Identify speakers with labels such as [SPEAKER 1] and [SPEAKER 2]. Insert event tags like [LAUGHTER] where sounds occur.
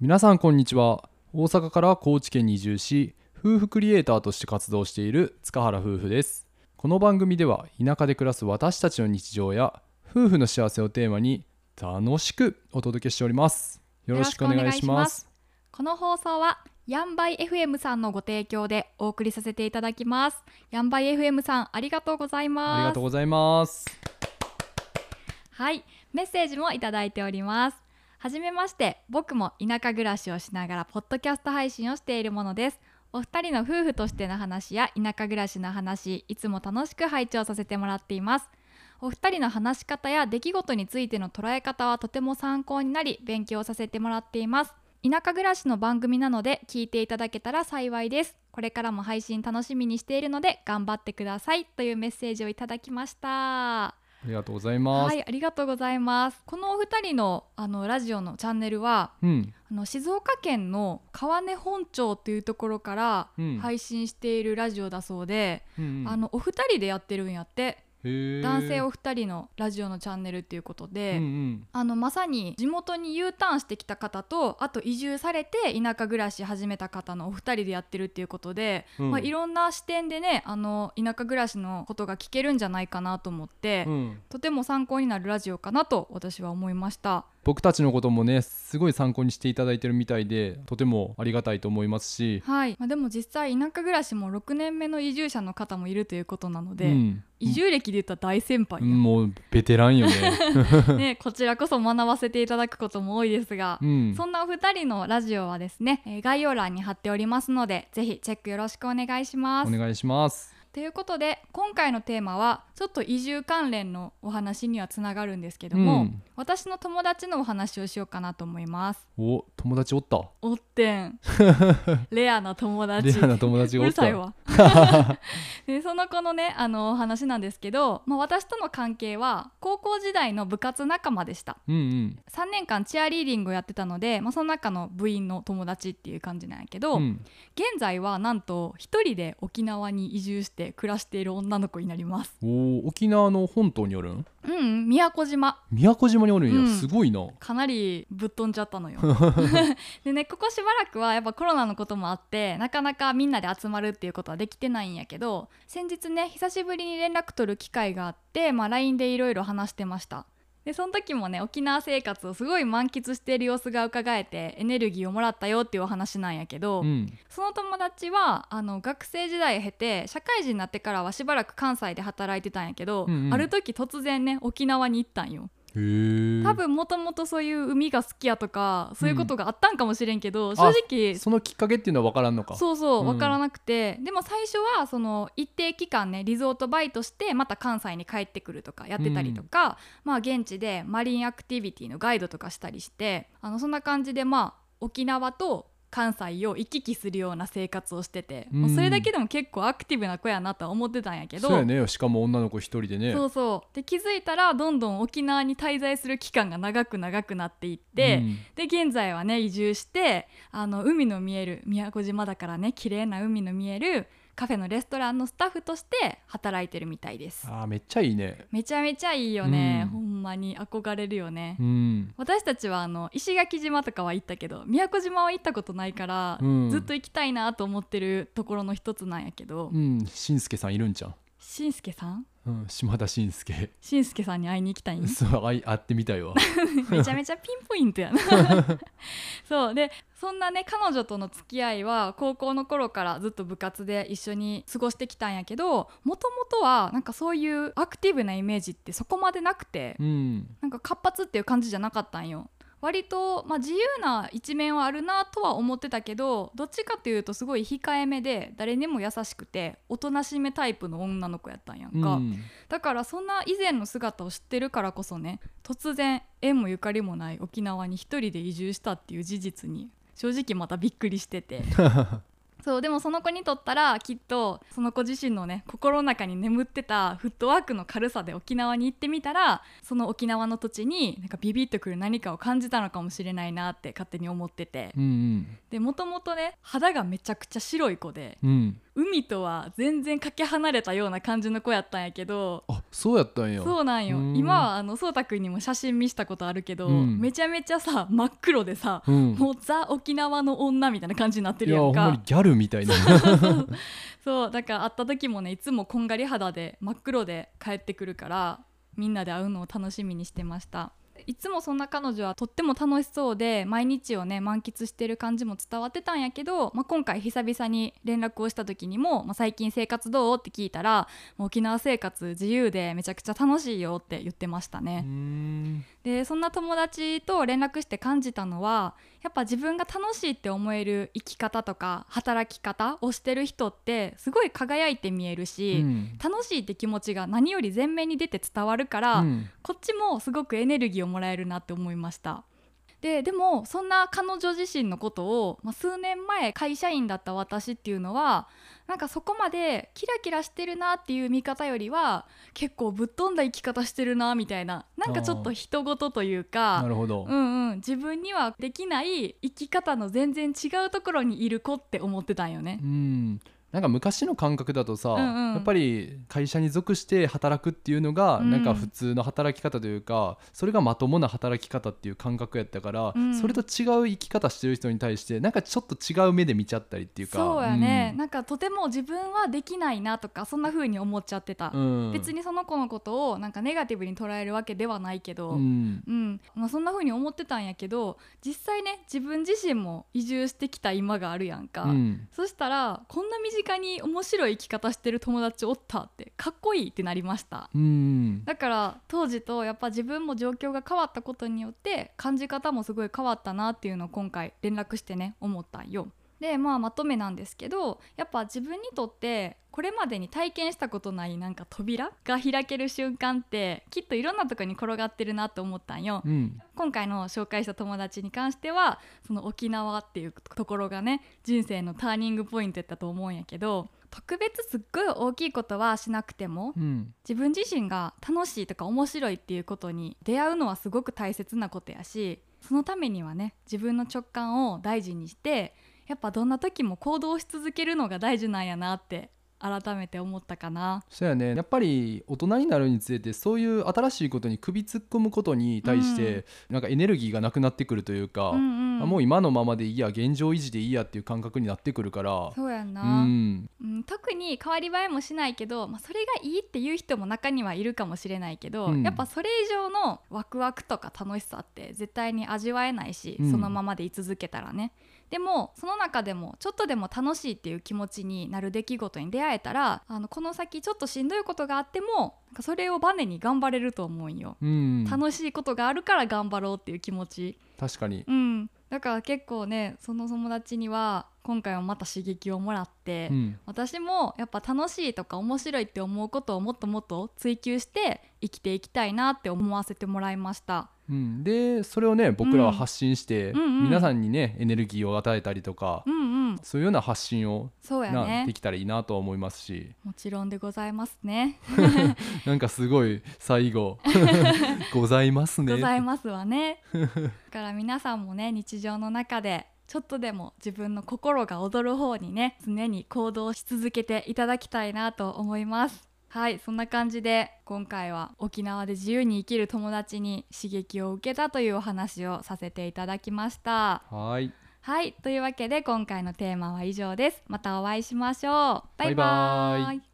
[SPEAKER 1] 皆さんこんにちは大阪から高知県に移住し夫婦クリエイターとして活動している塚原夫婦ですこの番組では田舎で暮らす私たちの日常や夫婦の幸せをテーマに楽しくお届けしておりますよろしくお願いします
[SPEAKER 2] この放送はヤンバイ FM さんのご提供でお送りさせていただきますヤンバイ FM さんありがとうござい
[SPEAKER 1] あり
[SPEAKER 2] ま
[SPEAKER 1] が
[SPEAKER 2] す
[SPEAKER 1] とうございます
[SPEAKER 2] はいメッセージもいただいておりますはじめまして僕も田舎暮らしをしながらポッドキャスト配信をしているものですお二人の夫婦としての話や田舎暮らしの話いつも楽しく拝聴させてもらっていますお二人の話し方や出来事についての捉え方はとても参考になり勉強させてもらっています田舎暮らしの番組なので聞いていただけたら幸いですこれからも配信楽しみにしているので頑張ってくださいというメッセージをいただきました
[SPEAKER 1] ありがとうございます、
[SPEAKER 2] はい、ありがとうございます。このお二人のあのラジオのチャンネルは、
[SPEAKER 1] うん
[SPEAKER 2] あの静岡県の川根本町というところから
[SPEAKER 1] うん
[SPEAKER 2] 配信しているラジオだそうで、
[SPEAKER 1] うんうん
[SPEAKER 2] あのお二人でやってるんやって、
[SPEAKER 1] へー
[SPEAKER 2] 男性お二人のラジオのチャンネルっていうこと
[SPEAKER 1] うん
[SPEAKER 2] で。
[SPEAKER 1] うん
[SPEAKER 2] あのまさに地元に U ターンしてきた方とあと移住されて田舎暮らし始めた方のお二人でやってるっていうことで、
[SPEAKER 1] うん
[SPEAKER 2] まあ、いろんな視点でねあの田舎暮らしのことが聞けるんじゃないかなと思って、
[SPEAKER 1] うん
[SPEAKER 2] とても参考になるラジオかなと私は思いました
[SPEAKER 1] 僕たちのこともねすごい参考にしていただいてるみたいでとてもありがたいと思いますし、
[SPEAKER 2] はい、まあ、でも実際田舎暮らしも6年目の移住者の方もいるということなの
[SPEAKER 1] う
[SPEAKER 2] で、
[SPEAKER 1] ん、
[SPEAKER 2] 移住歴で言ったら大先輩や、
[SPEAKER 1] もうベテランよ
[SPEAKER 2] [LAUGHS]
[SPEAKER 1] ね。
[SPEAKER 2] ね、こちらこそ学ばせていただくことも多いですが、
[SPEAKER 1] うん、
[SPEAKER 2] そんなお二人のラジオはですね、えー概要欄に貼っておりますのでぜひチェックよろしくお願いしま
[SPEAKER 1] お
[SPEAKER 2] す
[SPEAKER 1] 願いします。
[SPEAKER 2] ということで今回のテーマはちょっと移住関連のお話にはつながるんですけども、
[SPEAKER 1] うん
[SPEAKER 2] 私の友達のお話をしようかなと思います
[SPEAKER 1] お友達おった。
[SPEAKER 2] おって
[SPEAKER 1] [LAUGHS]
[SPEAKER 2] んレアな友達
[SPEAKER 1] レアな友達
[SPEAKER 2] う
[SPEAKER 1] がおっ
[SPEAKER 2] る
[SPEAKER 1] た。
[SPEAKER 2] さいわでその子のねあのお話なんですけど、まあ、私との関係は高校時代の部活仲間でした
[SPEAKER 1] うんうん。
[SPEAKER 2] 3年間チアリーディングをやってたので、まあ、その中の部員の友達っていう感じなんやけど、
[SPEAKER 1] うん
[SPEAKER 2] 現在はなんと一人で沖縄に移住して暮らしている女の子になります
[SPEAKER 1] おー沖縄の本島におるん？
[SPEAKER 2] うんうん宮古島
[SPEAKER 1] 宮古島におるんや。
[SPEAKER 2] うん
[SPEAKER 1] すごいな。
[SPEAKER 2] かなりぶっ飛んじゃった
[SPEAKER 1] [LAUGHS]
[SPEAKER 2] のよ [LAUGHS] でねここしばらくはやっぱコロナのこともあってなかなかみんなで集まるっていうことはできてないんやけど先日ね久しぶりに連絡取る機会があって、まあ、LINE でいろいろ話してましたでその時もね沖縄生活をすごい満喫している様子が伺えてエネルギーをもらったよっていうお話なんやけど、
[SPEAKER 1] うん
[SPEAKER 2] その友達はあの学生時代を経て社会人になってからはしばらく関西で働いてたんやけど、
[SPEAKER 1] うんうん
[SPEAKER 2] ある時突然ね沖縄に行ったんよ
[SPEAKER 1] へー
[SPEAKER 2] 多分もともとそういう海が好きやとかそういうことがあったんかもしれんけど、正直
[SPEAKER 1] そのきっかけっていうのは分からんのか。
[SPEAKER 2] そうそううん分からなくて、でも最初はその一定期間ねリゾートバイトしてまた関西に帰ってくるとかやってたりとか、まあ現地でマリンアクティビティのガイドとかしたりしてあのそんな感じでまあ沖縄と関西を行き来するような生活をしてて、
[SPEAKER 1] うん
[SPEAKER 2] もうそれだけでも結構アクティブな子やなとは思ってたんやけど
[SPEAKER 1] そうやね。しかも女の子一人でね。
[SPEAKER 2] そうそうで気づいたらどんどん沖縄に滞在する期間が長く長くなっていって、
[SPEAKER 1] うん
[SPEAKER 2] で現在はね移住してあの海の見える宮古島だからね綺麗な海の見えるカフェのレストランのスタッフとして働いてるみたいです
[SPEAKER 1] あーめっちゃいいね。
[SPEAKER 2] めちゃめちゃいいよね、
[SPEAKER 1] うん
[SPEAKER 2] ほんまに憧れるよね、
[SPEAKER 1] うん。
[SPEAKER 2] 私たちはあの石垣島とかは行ったけど宮古島は行ったことないから、
[SPEAKER 1] うん
[SPEAKER 2] ずっと行きたいなと思ってるところの一つなんやけど、
[SPEAKER 1] うん。しんすけさんいるんじゃん。
[SPEAKER 2] しんすけさん
[SPEAKER 1] うん。島田しんすけ。
[SPEAKER 2] しんすけさんに会いに行きたいん
[SPEAKER 1] そうあい会ってみたいわ。
[SPEAKER 2] めちゃめちゃピンポイントやなそうでそんなね彼女との付き合いは高校の頃からずっと部活で一緒に過ごしてきたんやけどもともとはなんかそういうアクティブなイメージってそこま [LAUGHS] でなくて
[SPEAKER 1] うん。
[SPEAKER 2] なんか活発っていう感じじゃなかったんよ割と、まあ、自由な一面はあるなとは思ってたけどどっちかというとすごい控えめで誰にも優しくておとなしめタイプの女の子やったんやんか、
[SPEAKER 1] うん
[SPEAKER 2] だからそんな以前の姿を知ってるからこそね突然縁もゆかりもない沖縄に一人で移住したっていう事実に正直またびっくりしててそうでもその子にとったらきっとその子自身のね心の中に眠ってたフットワークの軽さで沖縄に行ってみたらその沖縄の土地になんかビビッとくる何かを感じたのかもしれないなって勝手に思ってて
[SPEAKER 1] うん
[SPEAKER 2] でもともとね肌がめちゃくちゃ白い子で
[SPEAKER 1] うん。
[SPEAKER 2] 海とは全然かけ離れたような感じの子やったんやけど
[SPEAKER 1] あそうやったんや
[SPEAKER 2] そうなんよ
[SPEAKER 1] うん
[SPEAKER 2] 今はあのそうたくんにも写真見せたことあるけど、
[SPEAKER 1] うん
[SPEAKER 2] めちゃめちゃさ真っ黒でさ、
[SPEAKER 1] うん、
[SPEAKER 2] もうザ沖縄の女みたいな感じになって
[SPEAKER 1] い
[SPEAKER 2] るや
[SPEAKER 1] やほ
[SPEAKER 2] ん
[SPEAKER 1] んま
[SPEAKER 2] か
[SPEAKER 1] にギャルみたいな
[SPEAKER 2] そうだから会った時もねいつもこんがり肌で真っ黒で帰ってくるからみんなで会うのを楽しみにしてましたいつもそんな彼女はとっても楽しそうで毎日をね満喫してる感じも伝わってたんやけど、まあ、今回久々に連絡をした時にも、まあ、最近生活どうって聞いたらもう沖縄生活自由でめちゃくちゃ楽しいよって言ってましたね
[SPEAKER 1] [LAUGHS] うー。ん
[SPEAKER 2] でそんな友達と連絡して感じたのはやっぱ自分が楽しいって思える生き方とか働き方をしてる人ってすごい輝いて見える
[SPEAKER 1] う
[SPEAKER 2] し、
[SPEAKER 1] ん
[SPEAKER 2] 楽しいって気持ちが何より前面に出て伝わるから、
[SPEAKER 1] うん
[SPEAKER 2] こっちもすごくエネルギーをもらえるなって思いました。ででもそんな彼女自身のことを、まあ、数年前会社員だった私っていうのはなんかそこまでキラキラしてるなっていう見方よりは結構ぶっ飛んだ生き方してるなみたいななんかちょっと人事というか
[SPEAKER 1] なるほど、
[SPEAKER 2] うんうん、自分にはできない生き方の全然違うところにいる子って思ってたんよね
[SPEAKER 1] う。ん、なんか昔の感覚だとさ、
[SPEAKER 2] うんうん
[SPEAKER 1] やっぱり会社に属して働くっていうのが、
[SPEAKER 2] うん
[SPEAKER 1] なんか普通の働き方というかそれがまともな働き方っていう感覚やったから、
[SPEAKER 2] うん
[SPEAKER 1] それと違う生き方してる人に対してなんかちょっと違う目で見ちゃったりっていうか
[SPEAKER 2] そうやね、
[SPEAKER 1] うん
[SPEAKER 2] なんかとても自分はできないなとかそんな風に思っちゃってた、
[SPEAKER 1] うん
[SPEAKER 2] 別にその子のことをなんかネガティブに捉えるわけではないけど、
[SPEAKER 1] うん
[SPEAKER 2] うんまあ、そんな風に思ってたんやけど実際ね自分自身も移住してきた今があるやんか、
[SPEAKER 1] うん
[SPEAKER 2] そしたらこんな身近に面白い生き方してる友達おったってかっこいいってなりました
[SPEAKER 1] うん
[SPEAKER 2] だから当時とやっぱ自分も状況が変わったことによって感じ方もすごい変わったなっていうのを今回連絡してね思ったんよ。でまあまとめなんですけどやっぱ自分にとってこれまでに体験したことないなんか扉が開ける瞬間ってきっといろんなとこに転がってるなと思ったんよ。
[SPEAKER 1] うん
[SPEAKER 2] 今回の紹介した友達に関してはその沖縄っていうところがね人生のターニングポイントやったと思うんやけど特別すっごい大きいことはしなくても
[SPEAKER 1] うん
[SPEAKER 2] 自分自身が楽しいとか面白いっていうことに出会うのはすごく大切なことやしそのためにはね自分の直感を大事にしてやっぱどんな時も行動し続けるのが大事なんやなって改めて思ったかな。
[SPEAKER 1] そうやねやっぱり大人になるにつれてそういう新しいことに首突っ込むことに対して、なんかエネルギーがなくなってくるというか、
[SPEAKER 2] うんう
[SPEAKER 1] あ
[SPEAKER 2] ん
[SPEAKER 1] もう今のままでいいや現状維持でいいやっていう感覚になってくるから
[SPEAKER 2] そうやんな、
[SPEAKER 1] うん
[SPEAKER 2] うん、特に変わり映えもしないけど、まあ、それがいいっていう人も中にはいるかもしれないけど、
[SPEAKER 1] うん
[SPEAKER 2] やっぱそれ以上のワクワクとか楽しさって絶対に味わえないし、
[SPEAKER 1] うん
[SPEAKER 2] そのままで居続けたらねでもその中でもちょっとでも楽しいっていう気持ちになる出来事に出会えたらあのこの先ちょっとしんどいことがあってもなんかそれをバネに頑張れると思うんよ。
[SPEAKER 1] うん、
[SPEAKER 2] 楽しいことがあるから頑張ろうっていう気持ち
[SPEAKER 1] 確かに
[SPEAKER 2] うん、だから結構ねその友達には今回はまた刺激をもらって、
[SPEAKER 1] うん
[SPEAKER 2] 私もやっぱ楽しいとか面白いって思うことをもっともっと追求して生きていきたいなって思わせてもらいました。
[SPEAKER 1] うん、でそれをね僕らは発信して、
[SPEAKER 2] うんうんうん
[SPEAKER 1] 皆さんにねエネルギーを与えたりとか、
[SPEAKER 2] うんうん、
[SPEAKER 1] そういうような発信を、
[SPEAKER 2] そうや
[SPEAKER 1] なで
[SPEAKER 2] ね。
[SPEAKER 1] きたらいいなとは思いますし
[SPEAKER 2] もちろんでございますね。
[SPEAKER 1] なんかすごい最
[SPEAKER 2] [LAUGHS]
[SPEAKER 1] 後 [LAUGHS] 「ございますね」
[SPEAKER 2] ございます
[SPEAKER 1] [LAUGHS]
[SPEAKER 2] わね。だから皆さんもね日常の中でちょっとでも自分の心が躍る方にね常に行動し続けていただきたいなと思います。はいそんな感じで今回は沖縄で自由に生きる友達に刺激を受けたというお話をさせていただきました。
[SPEAKER 1] はい
[SPEAKER 2] はいというわけで今回のテーマは以上です。またお会いしましょう。バイバ
[SPEAKER 1] バイバ
[SPEAKER 2] イ
[SPEAKER 1] イ